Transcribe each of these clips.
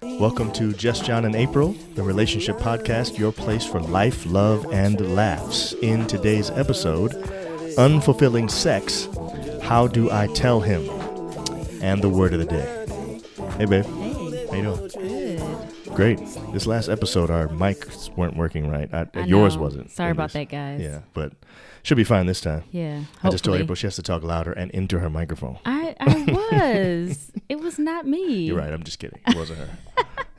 Welcome to Just John and April, the relationship podcast, your place for life, love, and laughs. In today's episode, Unfulfilling Sex How Do I Tell Him? And the word of the day. Hey, babe. Hey, How you doing? good. Great. This last episode, our mics weren't working right. I, I yours know. wasn't. Sorry It about was- that, guys. Yeah, but should be fine this time. Yeah. I just told hopefully. April she has to talk louder and into her microphone. I, I was. it was not me. You're right. I'm just kidding. It wasn't her.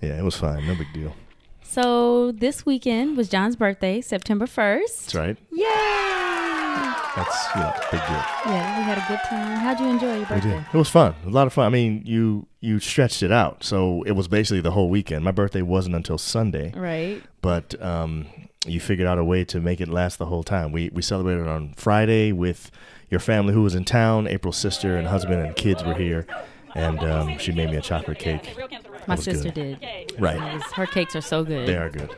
yeah, it was fine. No big deal. So this weekend was John's birthday, September 1st. That's right. Yay! Yeah, That's you know, big deal. we had a good time. How'd you enjoy your We birthday? did. It was fun. A lot of fun. I mean, you you stretched it out, so it was basically the whole weekend. My birthday wasn't until Sunday, Right. but um, you figured out a way to make it last the whole time. We we celebrated on Friday with your family who was in town. April's sister and husband and kids were here, and um, she made me a chocolate cake. My was sister good. did. Right. Yes, Her cakes are so good. They are good.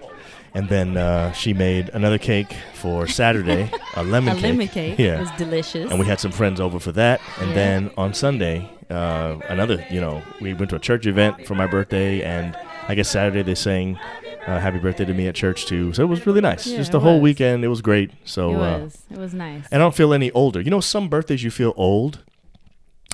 And then uh, she made another cake for Saturday, a lemon A cake. lemon cake Yeah. was delicious. and we had some friends over for that. And Yeah. then on Sunday, uh, another, you know, we went to a church event for my birthday, and I guess Saturday they sang uh, "Happy Birthday" to me at church too. So it was really nice. Yeah, Just it the whole was. weekend, it was great. So, it uh, was. It was nice. and I don't feel any older. You know, some birthdays you feel old.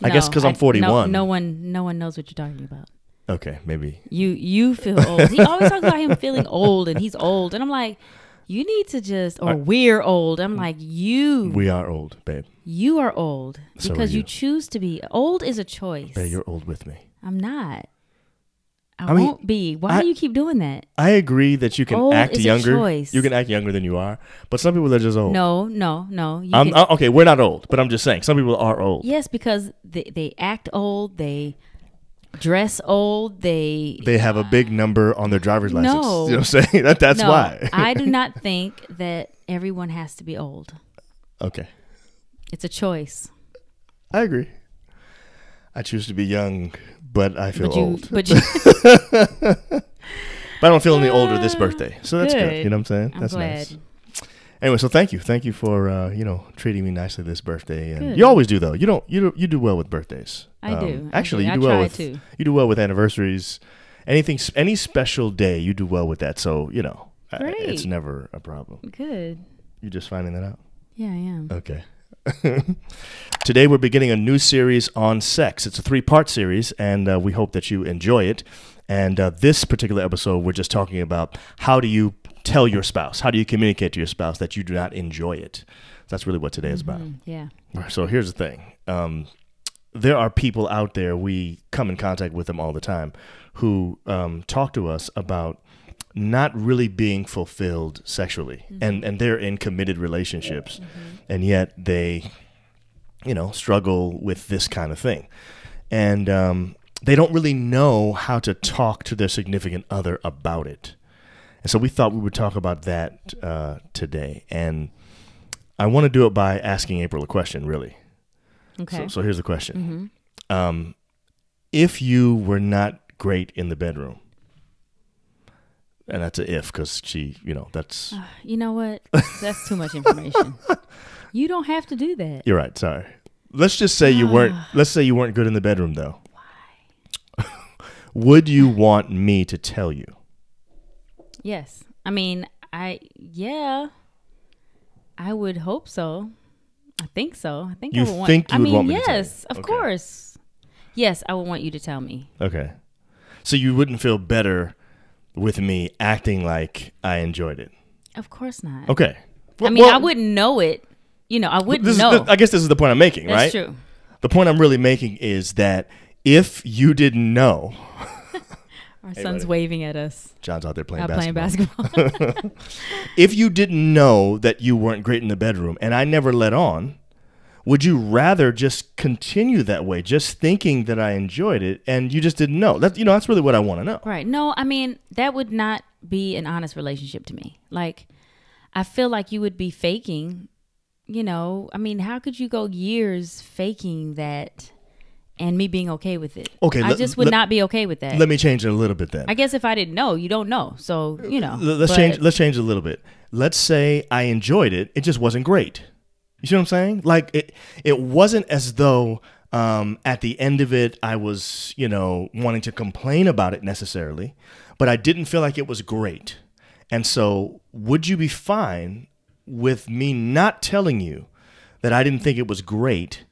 I guess No, because I'm no- 41. no one, no one knows what you're talking about. Okay, maybe. you you feel old. He always talks about him feeling old and he's old. And I'm like, you need to just or we're old. I'm like, you We are old, babe. you are old So are because you. you. choose to be. Old is a choice. Babe, you're old with me. I'm not. I, I mean, won't be. Why I- do you keep doing that? I agree that you can Old act is a younger. choice. You can act younger than you are, but some people are just old. No, no, no. You Oh. I'm, can- uh, okay, we're not old, but I'm just saying some people are old. yes, because they, they act old, they dress old, they they have a big number on their driver's license. No. You know what I'm saying? That, that's No, why. I do not think that everyone has to be old. okay. It's a choice. I agree. I choose to be young, but I feel But you old. but you But I don't feel any older this birthday. So that's good. good. You know what I'm saying? I'm that's glad. nice. Anyway, so thank you. Thank you for uh, you know, treating me nicely this birthday. And Good. you always do though. You don't you do, you do well with birthdays. Um, I do. I Actually, do. you I do well try with to. you do well with anniversaries. Anything s- any special day, you do well with that. So, you know, I- it's Great. never a problem. Good. You're just finding that out. Yeah, I am. Okay. Today we're beginning a new series on sex. It's a three-part series, and uh, we hope that you enjoy it. And uh, this particular episode, we're just talking about how do you tell your spouse, how do you communicate to your spouse that you do not enjoy it. That's really what today is about. Yeah. So here's the thing. Um, there are people out there, we come in contact with them all the time, who um, talk to us about not really being fulfilled sexually. And, and they're in committed relationships, and yet they, you know, struggle with this kind of thing. And um, they don't really know how to talk to their significant other about it. And so we thought we would talk about that uh, today. And I want to do it by asking April a question, really. Okay. Mm-hmm. So, so here's the question: um, If you were not great in the bedroom, and that's a if because she, you know, that's you know what? That's too much information. you don't have to do that. you're right. Sorry. Let's just say you weren't. Let's say you weren't good in the bedroom, though. Why? Would you want me to tell you? Yes. I mean, I yeah. I would hope so. I think so. I think You I would want think you I would mean, want me to yes, tell you? of Okay. course. Yes, I would want you to tell me. Okay. So you wouldn't feel better with me acting like I enjoyed it. Of course not. Okay. I Well- mean, I well, wouldn't know it. You know, I wouldn't This know. is the, I guess this is the point I'm making, That's right? true. The point I'm really making is that if you didn't know, Our son's buddy. waving at us. John's out there playing I'm basketball. playing basketball. If you didn't know that you weren't great in the bedroom and I never let on, would you rather just continue that way, just thinking that I enjoyed it and you just didn't know? That you know, that's really what I want to know. Right. No, I mean, that would not be an honest relationship to me. Like, I feel like you would be faking, you know. I mean, how could you go years faking that and me being okay with it? Okay, I let- just would let- not be okay with that. Let me change it a little bit then. I guess if I didn't know, you don't know. So, you know. L- let's but change let's change it a little bit. let's say I enjoyed it, it just wasn't great. You see what I'm saying? Like it it wasn't as though um, at the end of it I was, you know, wanting to complain about it necessarily, but I didn't feel like it was great. And so would you be fine with me not telling you that I didn't think it was great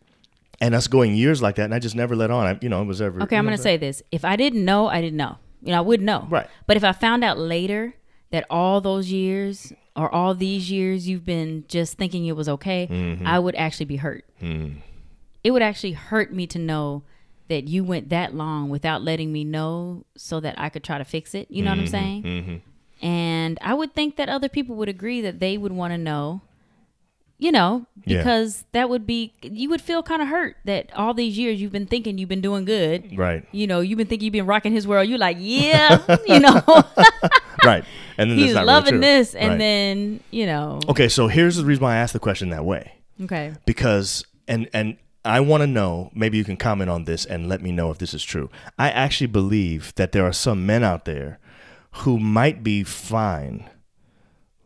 and us going years like that and I just never let on. I, you know, it was ever Okay, I'm going to say this. If I didn't know, I didn't know. You know, I would know. Right. But if I found out later that all those years or all these years you've been just thinking it was okay, Mm-hmm. I would actually be hurt. Mm. It would actually hurt me to know that you went that long without letting me know so that I could try to fix it. You know Mm-hmm. what I'm saying? And I would think that other people would agree that they would want to know, you know, Yeah. because that would be, you would feel kind of hurt that all these years you've been thinking you've been doing good Right. you know, you've been thinking you've been rocking his world. You're like, yeah, you know, Right. And then that's he's not really loving true. this. And Right. then, you know, Okay, so here's the reason why I asked the question that way. okay. because and and I want to know, maybe you can comment on this and let me know if this is true. I actually believe that there are some men out there who might be fine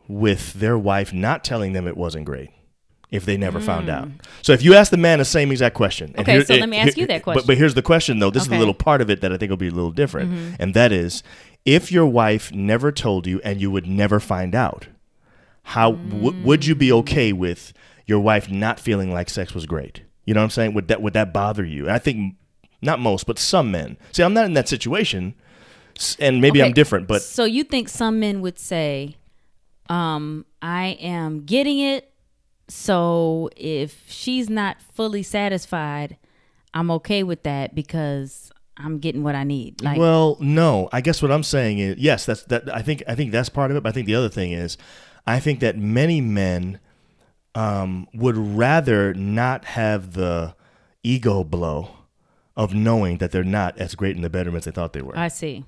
with their wife not telling them it wasn't great if they never found out. So if you ask the man the same exact question. and Hmm. Okay, so let me ask you that But, but here's the question though. This is Okay. Mm-hmm. a little part of it that I think will be a little different. And that is if your wife never told you and you would never find out, how w- would you be okay with your wife not feeling like sex was great? You know what I'm saying? Would that would that bother you? And I think m- not most, but some men. See, I'm not in that situation, s- and maybe Okay, I'm different, but So you think some men would say, um, I am getting it. So if she's not fully satisfied, I'm okay with that because I'm getting what I need. Like, well, no. I guess what I'm saying is yes. That's that. I think I think that's part of it. But I think the other thing is, I think that many men um, would rather not have the ego blow of knowing that they're not as great in the bedroom as they thought they were. I see.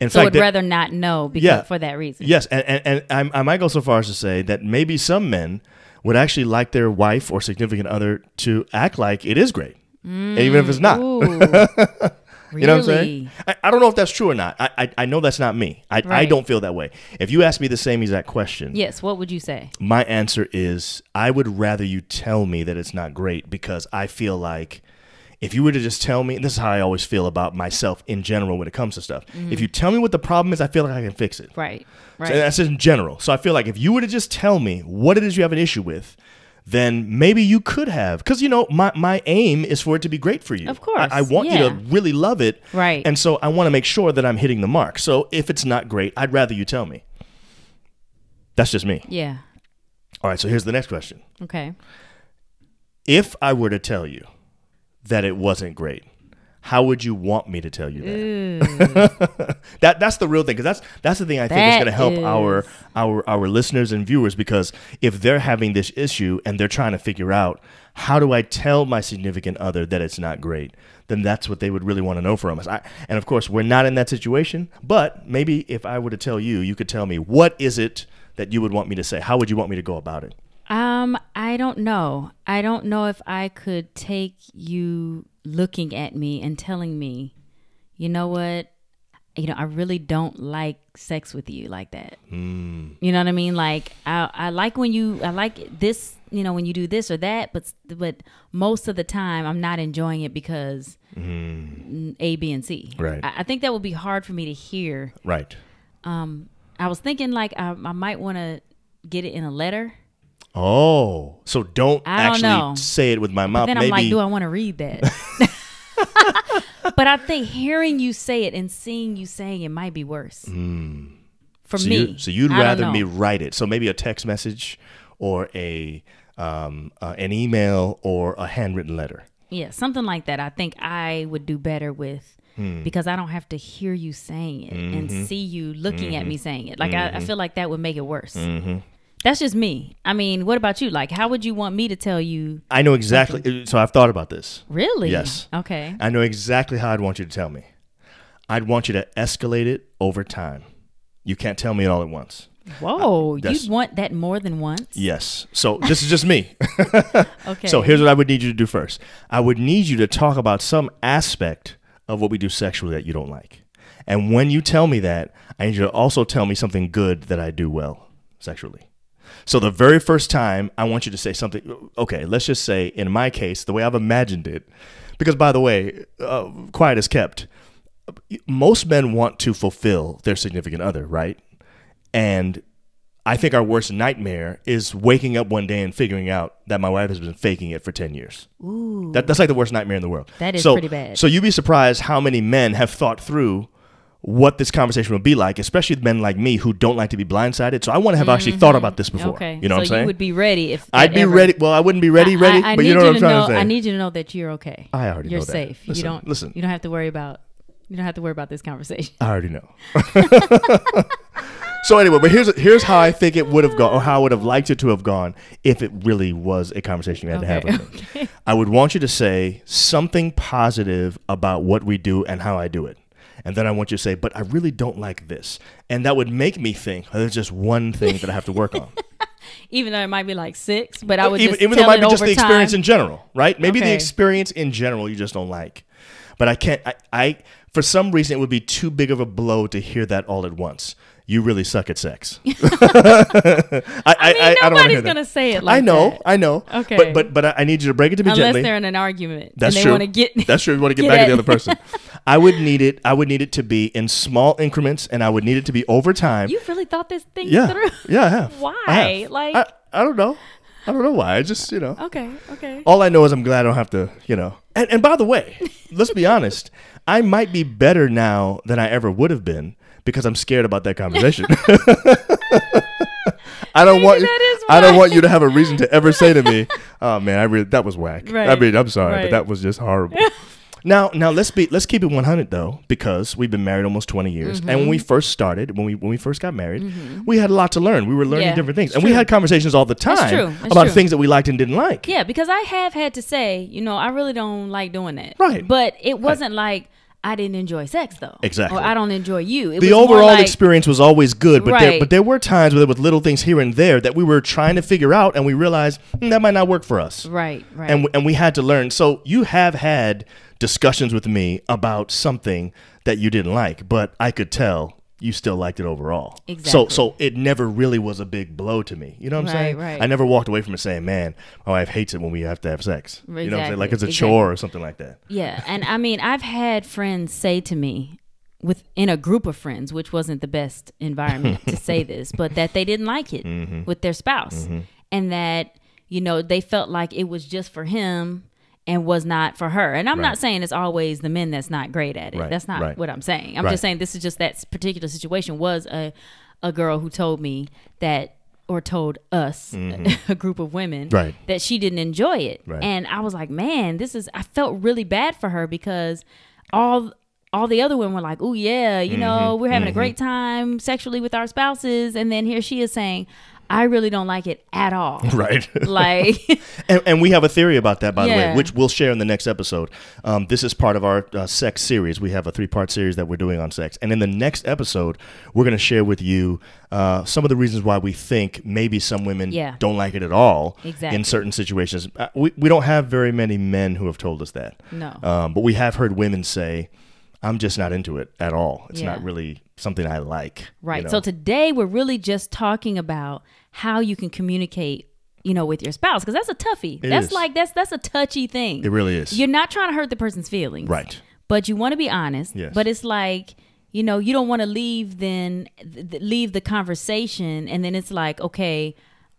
in So fact, would that- rather not know because Yeah. for that reason. Yes, and, and, and I'm- I might go so far as to say that maybe some men would actually like their wife or significant other to act like it is great, even if it's not. Ooh. Mm, really? You know what I'm saying? I, I don't know if that's true or not. I, I, I know that's not me. I, I Right. don't feel that way. If you ask me the same exact question, Yes. What would you say? my answer is I would rather you tell me that it's not great because I feel like if you were to just tell me, and this is how I always feel about myself in general when it comes to stuff. Mm-hmm. If you tell me what the problem is, I feel like I can fix it. Right. So uh, Right. that's in general. So I feel like if you were to just tell me what it is you have an issue with, then maybe you could have. Because, you know, my, my aim is for it to be great for you. Of course, I, I want you to yeah. really love it. Right. And so I want to make sure that I'm hitting the mark. So if it's not great, I'd rather you tell me. That's just me. yeah. All right. So here's the next question Okay. If I were to tell you that it wasn't great, how would you want me to tell you that? that that's the real thing because that's that's the thing I think is Mm. That going to help is- our our our listeners and viewers because if they're having this issue and they're trying to figure out how do I tell my significant other that it's not great, then that's what they would really want to know from us. I, and of course, we're not in that situation, but maybe if I were to tell you, you could tell me what is it that you would want me to say? How would you want me to go about it? Um, I don't know. I don't know if I could take you looking at me and telling me, you know what? You know, I really don't like sex with you like that. You know what I mean? Like I, I like when you, I like this. You know, when you do this or that, but but most of the time, I'm not enjoying it because mm, A, B, and C. Right. I, I think that would be hard for me to hear. Right. I was thinking like I, I might want to get it in a letter. Oh, so don't I don't actually know. say it with my mouth. then Uh, maybe I'm like, do I want to read that? but I think hearing you say it and seeing you saying it might be worse for Hmm. So, me. You, so you'd I don't rather me know. write it. So maybe a text message or a um, uh, an email or a handwritten letter. yeah, something like that. I think I would do better with Hmm. because I don't have to hear you saying it Mm-hmm. and see you looking at me saying it. Like I, I feel like that would make it worse. Mm-hmm. That's just me. I mean, what about you? Like, how would you want me to tell you? I know exactly. uh, So I've thought about this. Really? Yes. Okay. I know exactly how I'd want you to tell me. I'd want you to escalate it over time. You can't tell me it all at once. Whoa, that's- you'd want that more than once? Yes. So this is just me. Okay. So here's what I would need you to do first. I would need you to talk about some aspect of what we do sexually that you don't like. And when you tell me that, I need you to also tell me something good that I do well sexually. So the very first time I want you to say something, okay, let's just say in my case, the way I've imagined it, because by the way, uh, quiet is kept. Most men want to fulfill their significant other, right? And I think our worst nightmare is waking up one day and figuring out that my wife has been faking it for 10 years. Ooh, That, that's like the worst nightmare in the world. That is so, pretty bad. So you'd be surprised how many men have thought through what this conversation would be like, especially men like me who don't like to be blindsided. So I want to have actually thought about this before. Mm-hmm. okay. You know so what I'm saying? you would be ready if that I'd be ever- ready. Well, I wouldn't be ready, I- ready, I, I but need you know what I'm to trying know, to say. I need you to know that you're okay. I already you're know that. safe. you Listen, don't listen. You don't have to worry about. You don't have to worry about this conversation. I already know. so anyway, but here's here's how I think it would have gone, or how I would have liked it to have gone, if it really was a conversation you had to have with me. okay. I would want you to say something positive about what we do and how I do it. And then I want you to say, but I really don't like this. And that would make me think, oh, there's just one thing that I have to work on. Even though it might be like six, but I would even, just even though tell it might be over just the time. experience in general, right? Maybe the Okay. experience in general you just don't like. But I can't. I, I for some reason it would be too big of a blow to hear that all at once. You really suck at sex. I, I, I mean, I, I don't want to nobody's hear that. gonna say it like I know, that. I know. Okay. but but but I, I need you to break it to me unless gently. they're in an argument That's and they true. want to get. That's true. You want to get, get back at at- the other person. I would need it. I would need it to be in small increments, and I would need it to be over time. you really thought this thing yeah, through? yeah. I have. I Why? have. Like- I, I don't know. I don't know why. I just you know. Okay, okay. All I know is I'm glad I don't have to, you know. And, and by the way, let's be honest, I might be better now than I ever would have been because I'm scared about that conversation. I don't want that is I don't why. want you to have a reason to ever say to me, "Oh man, I really that was whack." I Right, mean, I'm sorry, but right. that was just horrible. now, now let's be let's keep it 100 though because we've been married almost 20 years. And when we Mm-hmm. first started, when we when we first got married, we had a lot to learn. We were learning Yeah, different things. it's And we true. had conversations all the time true, that's about true. things that we liked and didn't like. Yeah, because I have had to say, you know, I really don't like doing that. Right. But it wasn't like I didn't enjoy sex though. Exactly. Or I don't enjoy you. It the was more overall like, experience was always good, but there Right. but there were times where there was little things here and there that we were trying to figure out, and we realized "Hmm, that might not work for us, Right. Right. and we, and we had to learn. So you have had discussions with me about something that you didn't like, but I could tell you still liked it overall. So Exactly. so it never really was a big blow to me. You know what I'm Right, saying? right. I never walked away from it saying, "Man, my wife hates it when we have to have sex." You know what I'm saying? Exactly, Like it's a exactly. chore or something like that. yeah. And I mean, I've had friends say to me with in a group of friends, which wasn't the best environment to say this, but that they didn't like it Mm-hmm. with their spouse. And that, you know, they felt like it was just for him and was not for her. And I'm not saying it's always the men that's not great at it. Right, That's not right. what I'm saying. I'm Right. just saying this is just that s- particular situation was a a girl who told me that or told us a group of women Mm-hmm. Right. that she didn't enjoy it. Right. And I was like, man, this is I felt really bad for her because all all the other women were like, oh yeah, you Mm-hmm. know, we're having a great time sexually with our spouses and then here she is saying, I really don't like it at all. Right. like And, and we have a theory about that, by the way, Yeah. which we'll share in the next episode. Um, this is part of our uh, sex series. We have a three part series that we're doing on sex. And in the next episode, we're going to share with you uh, some of the reasons why we think maybe some women Yeah. don't like it at all Exactly. in certain situations. Uh, We, we don't have very many men who have told us that. No. Um, but we have heard women say, I'm just not into it at all. It's Yeah. not really something I like. you Right. know? So today we're really just talking about how you can communicate, you know, with your spouse because that's a toughie. that's is. like that's that's a touchy thing. it really is. You're not trying to hurt the person's feelings. Right. But you want to be honest. Yes. But it's like you know you don't want to leave then th- th- leave the conversation and then it's like okay.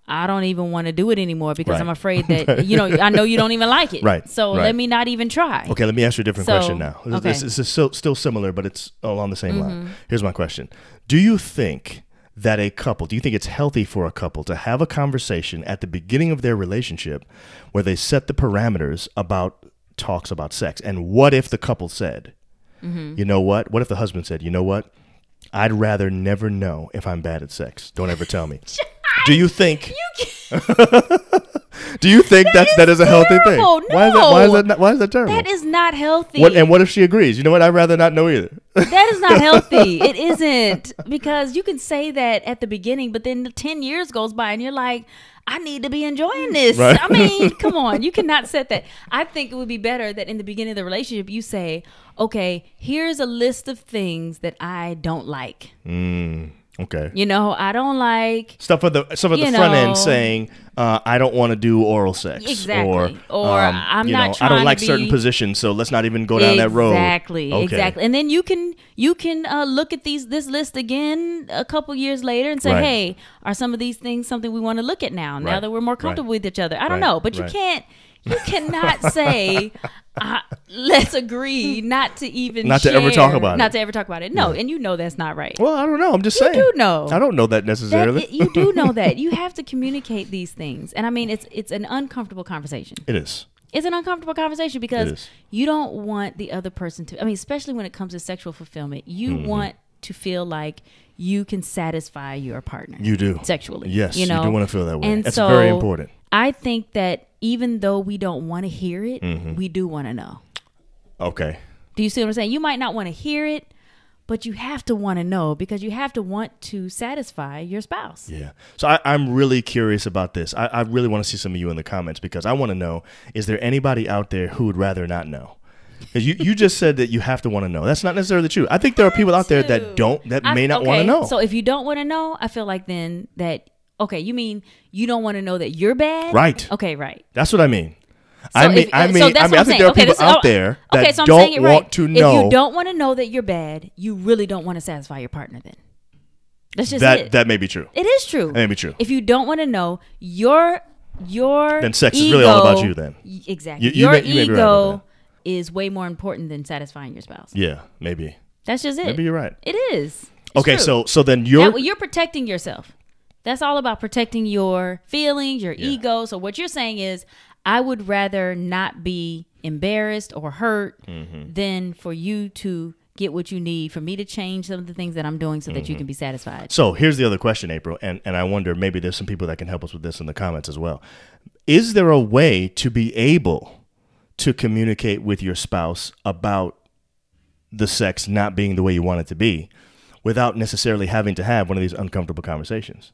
I don't even want to do it anymore because Right. I'm afraid that you know I know you don't even like it. Right. So Right. let me not even try. Okay, let me ask you a different So, question now. This- This, okay. Mm-hmm. this is still, still similar, but it's along the same line. Here's my question Do you think that a couple, do you think it's healthy for a couple to have a conversation at the beginning of their relationship where they set the parameters about talks about sex? And what if the couple said, Mm-hmm. you know what? What if the husband said, you know what? I'd rather never know if I'm bad at sex. Don't ever tell me. do you think? do you think that's that is a healthy thing? terrible. Why is that? Why is No. that? Not, why is that terrible? That is not healthy. What and what if she agrees? You know what? I'd rather not know either. That is not healthy. It isn't because you can say that at the beginning, but then the ten years goes by and you're like, I need to be enjoying this. Right. I mean, come on, you cannot set that. I think it would be better that in the beginning of the relationship you say, okay, here's a list of things that I don't like. Okay. You know, I don't like Stuff at the stuff at the You front know. end saying uh, I don't want to do oral sex Exactly. or Or, um, "I'm you not know, I trying don't to like certain be-" positions so let's not even go down that road Exactly, Okay. exactly. And then you can you can uh, look at these this list again a couple years later and say, Right. hey, are some of these things something we want to look at now? Now Right. that we're more comfortable Right. with each other, I don't Right. know, but you Right. can't you cannot say. Uh, let's agree not to even Not to ever talk share- about not it. to ever talk about it. No, and you know that's not right. Well, I don't know. I'm just saying. do know. I don't know that That- necessarily. it- you do know that you have to communicate these things, and I mean it's it's an uncomfortable conversation it is. it's an uncomfortable conversation It because is. you don't want the other person to i mean especially when it comes to sexual fulfillment you Mm-hmm. want to feel like you can satisfy your partner You do. sexually Yes, you you do know wanna feel that way. and That's so very important. i think that even though we don't want to hear it Mm-hmm. we do want to know Okay. do you see what i'm saying you might not want to hear it but you have to want to know because you have to want to satisfy your spouse Yeah. So I, I'm really curious about this. I, I really want to see some of you in the comments because I want to know is there anybody out there who would rather not know? 'Cause you, you just said that you have to want to know. That's not necessarily true. I think there are people out there that don't, that I- may not okay, want to know. So if you don't want to know, I feel like then that okay, you mean you don't want to know that you're bad, Right. Okay, right. That's what I mean. I mean, if- uh, I so mean, that's I, mean what I I'm think saying. there are Okay, people so- out there okay, that so I'm saying don't it right. want to know If you don't want to know that you're bad, you really don't want to satisfy your partner. Then that's just that it. that may be true. it is true. may be true. If you don't want to know your your Then sex is really all ego- about you then. Y- exactly. You- you your may- you may be right about ego is way more important than satisfying your spouse. Yeah, maybe. That's just it. Maybe you're right. It is. It's Okay, true. so so then That you're way you're protecting yourself. That's all about protecting your feelings, your ego. So what you're saying is, I would rather not be embarrassed or hurt Mm-hmm. than for you to get what you need for me to change some of the things that I'm doing so that you Mm-hmm. can be satisfied. So here's the other question, April, and, and I wonder maybe there's some people that can help us with this in the comments as well. Is there a way to be able to communicate with your spouse about the sex not being the way you want it to be without necessarily having to have one of these uncomfortable conversations?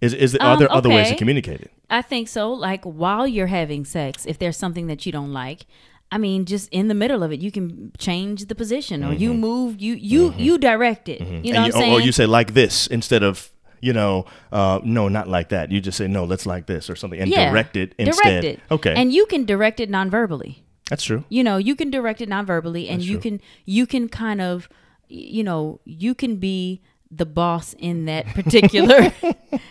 Is, is there, are Um, there other ways to okay. communicate it? I think so. Like while you're having sex, if there's something that you don't like, I mean, just in the middle of it, you can change the position or you move, you you you direct it. You know Mm-hmm. And what I'm you- saying? or, or you say like this instead of, you know, uh, no, not like that. You just say, no, let's like this or something and direct it instead. Direct it. Okay. And you can direct it nonverbally. That's true. you know you can direct it non-verbally and you can you can kind of you know you can be the boss in that particular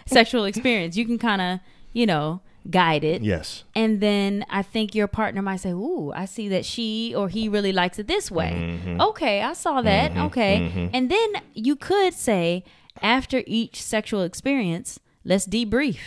sexual experience you can kind of you know guide it Yes. and then i think your partner might say ooh i see that she or he really likes it this way Mm-hmm. okay i saw that okay and then you could say after each sexual experience let's debrief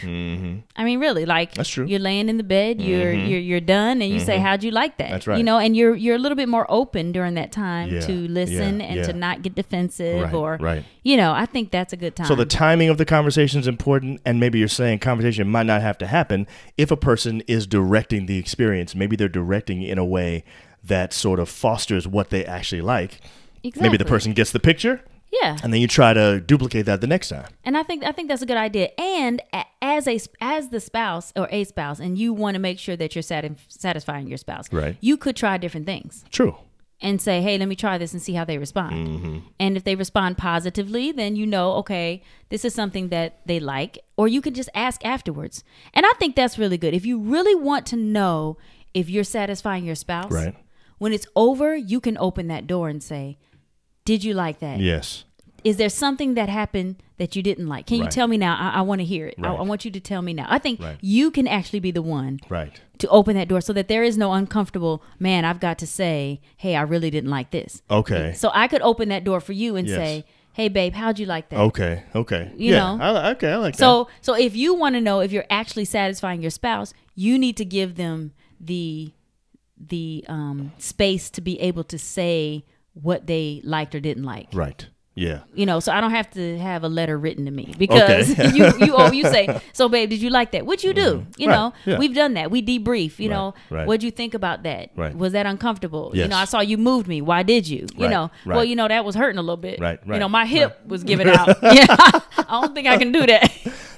I mean, really, like Mm-hmm. That's true. Mm-hmm. You're laying in the bed, you're you're you're done, and you say, "How'd you like that?" That's right. You know, and you're you're a little bit more open during that time Yeah, to listen yeah, and yeah. to not get defensive Right, or right. You know, I think that's a good time. So the timing of the conversation is important, and maybe you're saying conversation might not have to happen if a person is directing the experience. Maybe they're directing in a way that sort of fosters what they actually like. Maybe Exactly. the person gets the picture, yeah, and then you try to duplicate that the next time. and I think I think that's a good idea. And a- as a sp- as the spouse or a spouse, and you want to make sure that you're satis- satisfying your spouse, Right. You could try different things. True. and say, hey, let me try this and see how they respond. Mm-hmm. And if they respond positively, then you know, okay, this is something that they like. Or you can just ask afterwards. And I think that's really good. If you really want to know if you're satisfying your spouse, Right. when it's over, you can open that door and say, did you like that? Is Yes. there something that happened that you didn't like? Can you Right. tell me now? I, I want to hear it. I- I, Right. want you to tell me now. I think Right. you can actually be the one Right. to open that door so that there is no uncomfortable man i've got to say hey i really didn't like this Okay. so i could open that door for you and Yes. say hey babe how'd you like that Okay. Okay. You yeah. know? I, li- okay. I like that. so so if you want to know if you're actually satisfying your spouse you need to give them the the um, space to be able to say what they liked or didn't like Right. Yeah. you know so i don't have to have a letter written to me because you you oh you say so babe did you like that what you do you Mm-hmm. Right, know yeah. we've done that we debrief you know right. what'd you think about that Right. was that uncomfortable you Yes. know i saw you moved me why did you you Right, know right. well you know that was hurting a little bit Right, you know right, my hip was giving out yeah i don't think i can do that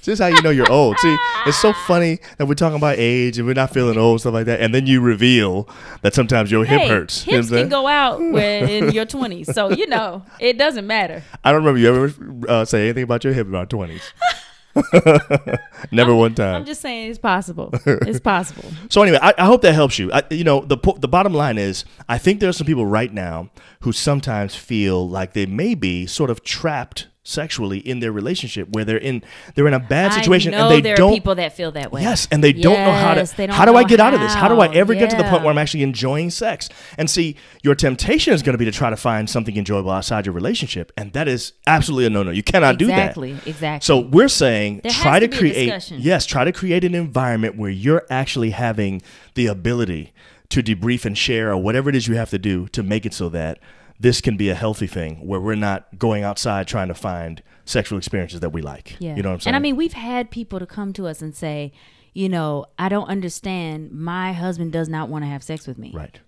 This is how you know you're old. See, it's so funny that we're talking about age and we're not feeling old, stuff like that, and then you reveal that sometimes your Hey, hip hurts. You know what I'm Hips can saying? go out when in your twenties, so you know it doesn't matter. I don't remember you ever uh, say anything about your hip in our twenties. Never one time. I'm just saying it's possible. It's possible. So anyway, I, I hope that helps you. I, you know, the po- the bottom line is, I think there are some people right now who sometimes feel like they may be sort of trapped sexually in their relationship, where they're in they're in a bad situation I know and they there don't. are people that feel that way. Yes, and they don't know how to. Yes, they don't How do I know get out of this? How do I ever get to the point Yeah. where I'm actually enjoying sex? And see, your temptation is going to be to try to find something enjoyable outside your relationship, and that is absolutely a no-no. You cannot do that. Exactly. Exactly. So we're saying There try has to, to be a create discussion. yes, try to create an environment where you're actually having the ability to debrief and share or whatever it is you have to do to make it so that this can be a healthy thing where we're not going outside trying to find sexual experiences that we like. Yeah. You know what I'm saying? And I mean, we've had people to come to us and say, you know, I don't understand. My husband does not want to have sex with me. right.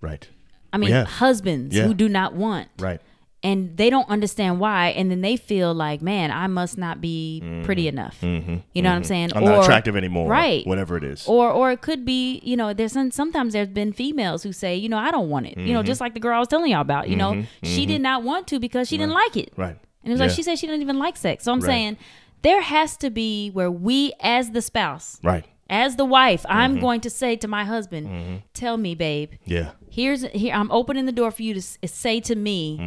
Right. I mean, Yeah. husbands Yeah. who do not want. Right. And they don't understand why. And then they feel like, man, I must not be pretty enough. You know what I'm saying? Mm-hmm. I'm not attractive anymore. Right. Whatever it is. Or, or it could be, you know, there's some, sometimes there's been females who say, you know, I don't want it. Mm-hmm. You know, just like the girl I was telling y'all about, you know, she did not want to because she didn't like it. right. And it was Yeah. like she said she didn't even like sex. So I'm Right. saying there has to be where we as the spouse, Right. as the wife, Mm-hmm. I'm going to say to my husband, "Tell me, babe, Yeah. here's here I'm opening the door for you to s- say to me,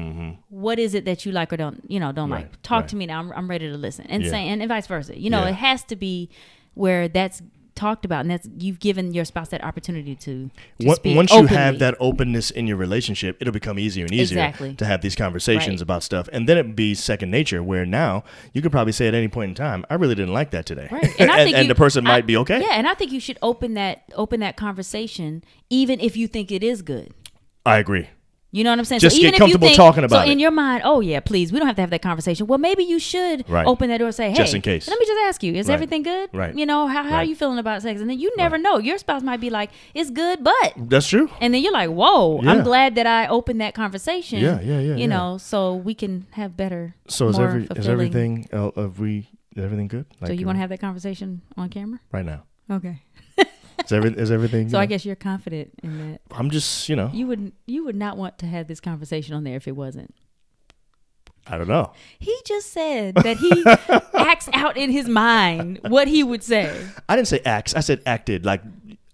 what is it that you like or don't, you know, don't like. Mm-hmm. Right, Talk right. to me now. I'm I'm ready to listen." And Yeah. say and vice versa. You know, Yeah. it has to be where that's talked about and that's you've given your spouse that opportunity to, to Wa- speak once you have openly. that openness in your relationship, it'll become easier and easier Exactly. to have these conversations Right. about stuff, and then it'd be second nature. Where now you could probably say at any point in time, "I really didn't like that today," Right. and, I and, think you- the person I- might be okay. Yeah, and I think you should open that open that conversation even if you think it is good. I agree. You know what I'm saying? Just get even if you comfortable talking about so in it. your mind, oh yeah, please, we don't have to have that conversation. Well, maybe you should Right. open that door and say, hey, Just in case. let me just ask you, is Right. everything good? Right. You know, how, how are Right. you feeling about sex? And then you never know. Your spouse might be like, it's good, but. That's true. And then you're like, whoa, Yeah. I'm glad that I opened that conversation. Yeah, yeah, yeah, You yeah. know, so we can have better. So is more every is fulfilling- everything? Uh, are we is everything good? uh, So you want to have that conversation on camera? right now? Okay. Is, every, is everything? So you I know? guess you're confident in that. I'm just you know You would you would not want to have this conversation on there if it wasn't. I don't know. He just said that he acts out in his mind what he would say. I didn't say acts. I said acted. Like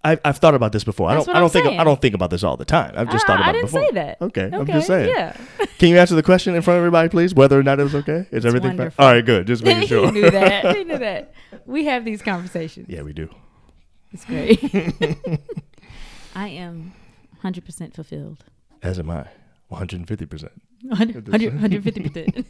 I, I've thought about this before. That's I don't. what I I'm don't think. saying. Ah, I don't think about this all the time. I've just I- thought about I it didn't before. say that. Okay, I'm just saying. Yeah. Can you answer the question in front of everybody, please? Whether or not it was okay? Is everything fine? wonderful. All right, good. Just making he sure. knew that. He knew that. We have these conversations. yeah, we do. It's great. I am 100% fulfilled. As am I. 150%. 100, 100, 150%.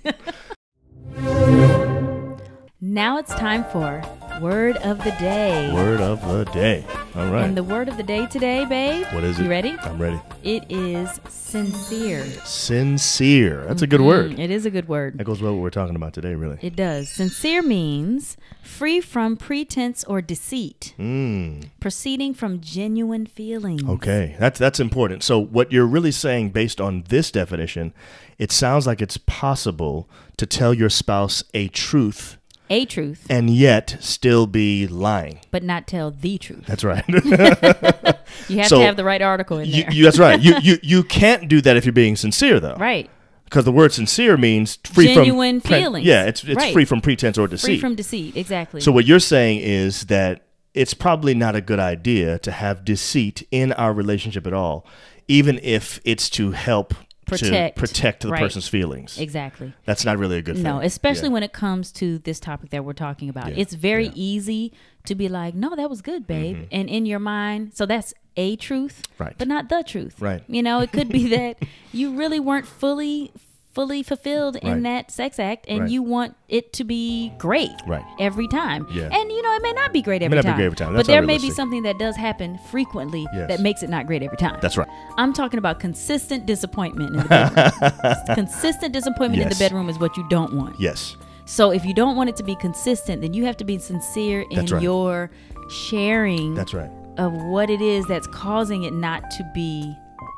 now it's time for Word of the Day. Word of the day. All right. And the word of the day today, babe. what is it? You ready? I'm ready. It is sincere. Sincere. That's a good word. Mm, it is a good word. That goes well with what we're talking about today, really. It does. Sincere means free from pretense or deceit, Mm, proceeding from genuine feelings. okay. That's that's important. So what you're really saying based on this definition, it sounds like it's possible to tell your spouse a truth A truth, and yet still be lying. but not tell the truth. That's right. You have So, to have the right article in you, there. you, that's right. You, you you can't do that if you're being sincere though. right. because the word sincere means free Genuine from pre- feelings. Yeah, it's it's Right. free from pretense or Free deceit. from deceit. Exactly. so what you're saying is that it's probably not a good idea to have deceit in our relationship at all, even if it's to help Protect. to protect the Right. person's feelings. exactly. That's not really a good thing. No, especially Yeah. when it comes to this topic that we're talking about. Yeah, It's very yeah. Mm-hmm. easy to be like, no, that was good, babe. And in your mind, so that's a truth, Right. but not the truth. Right. You know, it could be that you really weren't fully fully fulfilled Right. in that sex act and Right. you want it to be great Right. every time. Yeah. And you know, it may not be great every not be time. great every time. But That's there may be unrealistic. something that does happen frequently Yes. that makes it not great every time. that's right. I'm talking about consistent disappointment in the bedroom. consistent disappointment in Yes. the bedroom is what you don't want. Yes, So if you don't want it to be consistent, then you have to be sincere in That's right. your sharing that's right. of what it is that's causing it not to be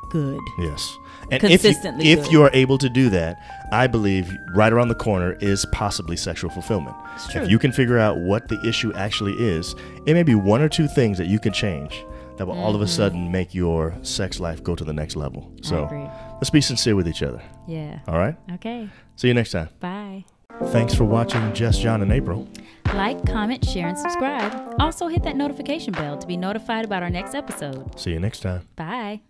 good. Yes. And if you, Consistently if good. you are able to do that, I believe right around the corner is possibly sexual fulfillment. It's true. If you can figure out what the issue actually is, it may be one or two things that you can change that will all of a Mm-hmm. sudden make your sex life go to the next level. So agree. let's be sincere with each other. Yeah. All right? Okay. See you next time. Bye. Thanks for watching Just John and April. Like, comment, share, and subscribe. Also, hit that notification bell to be notified about our next episode. See you next time. Bye.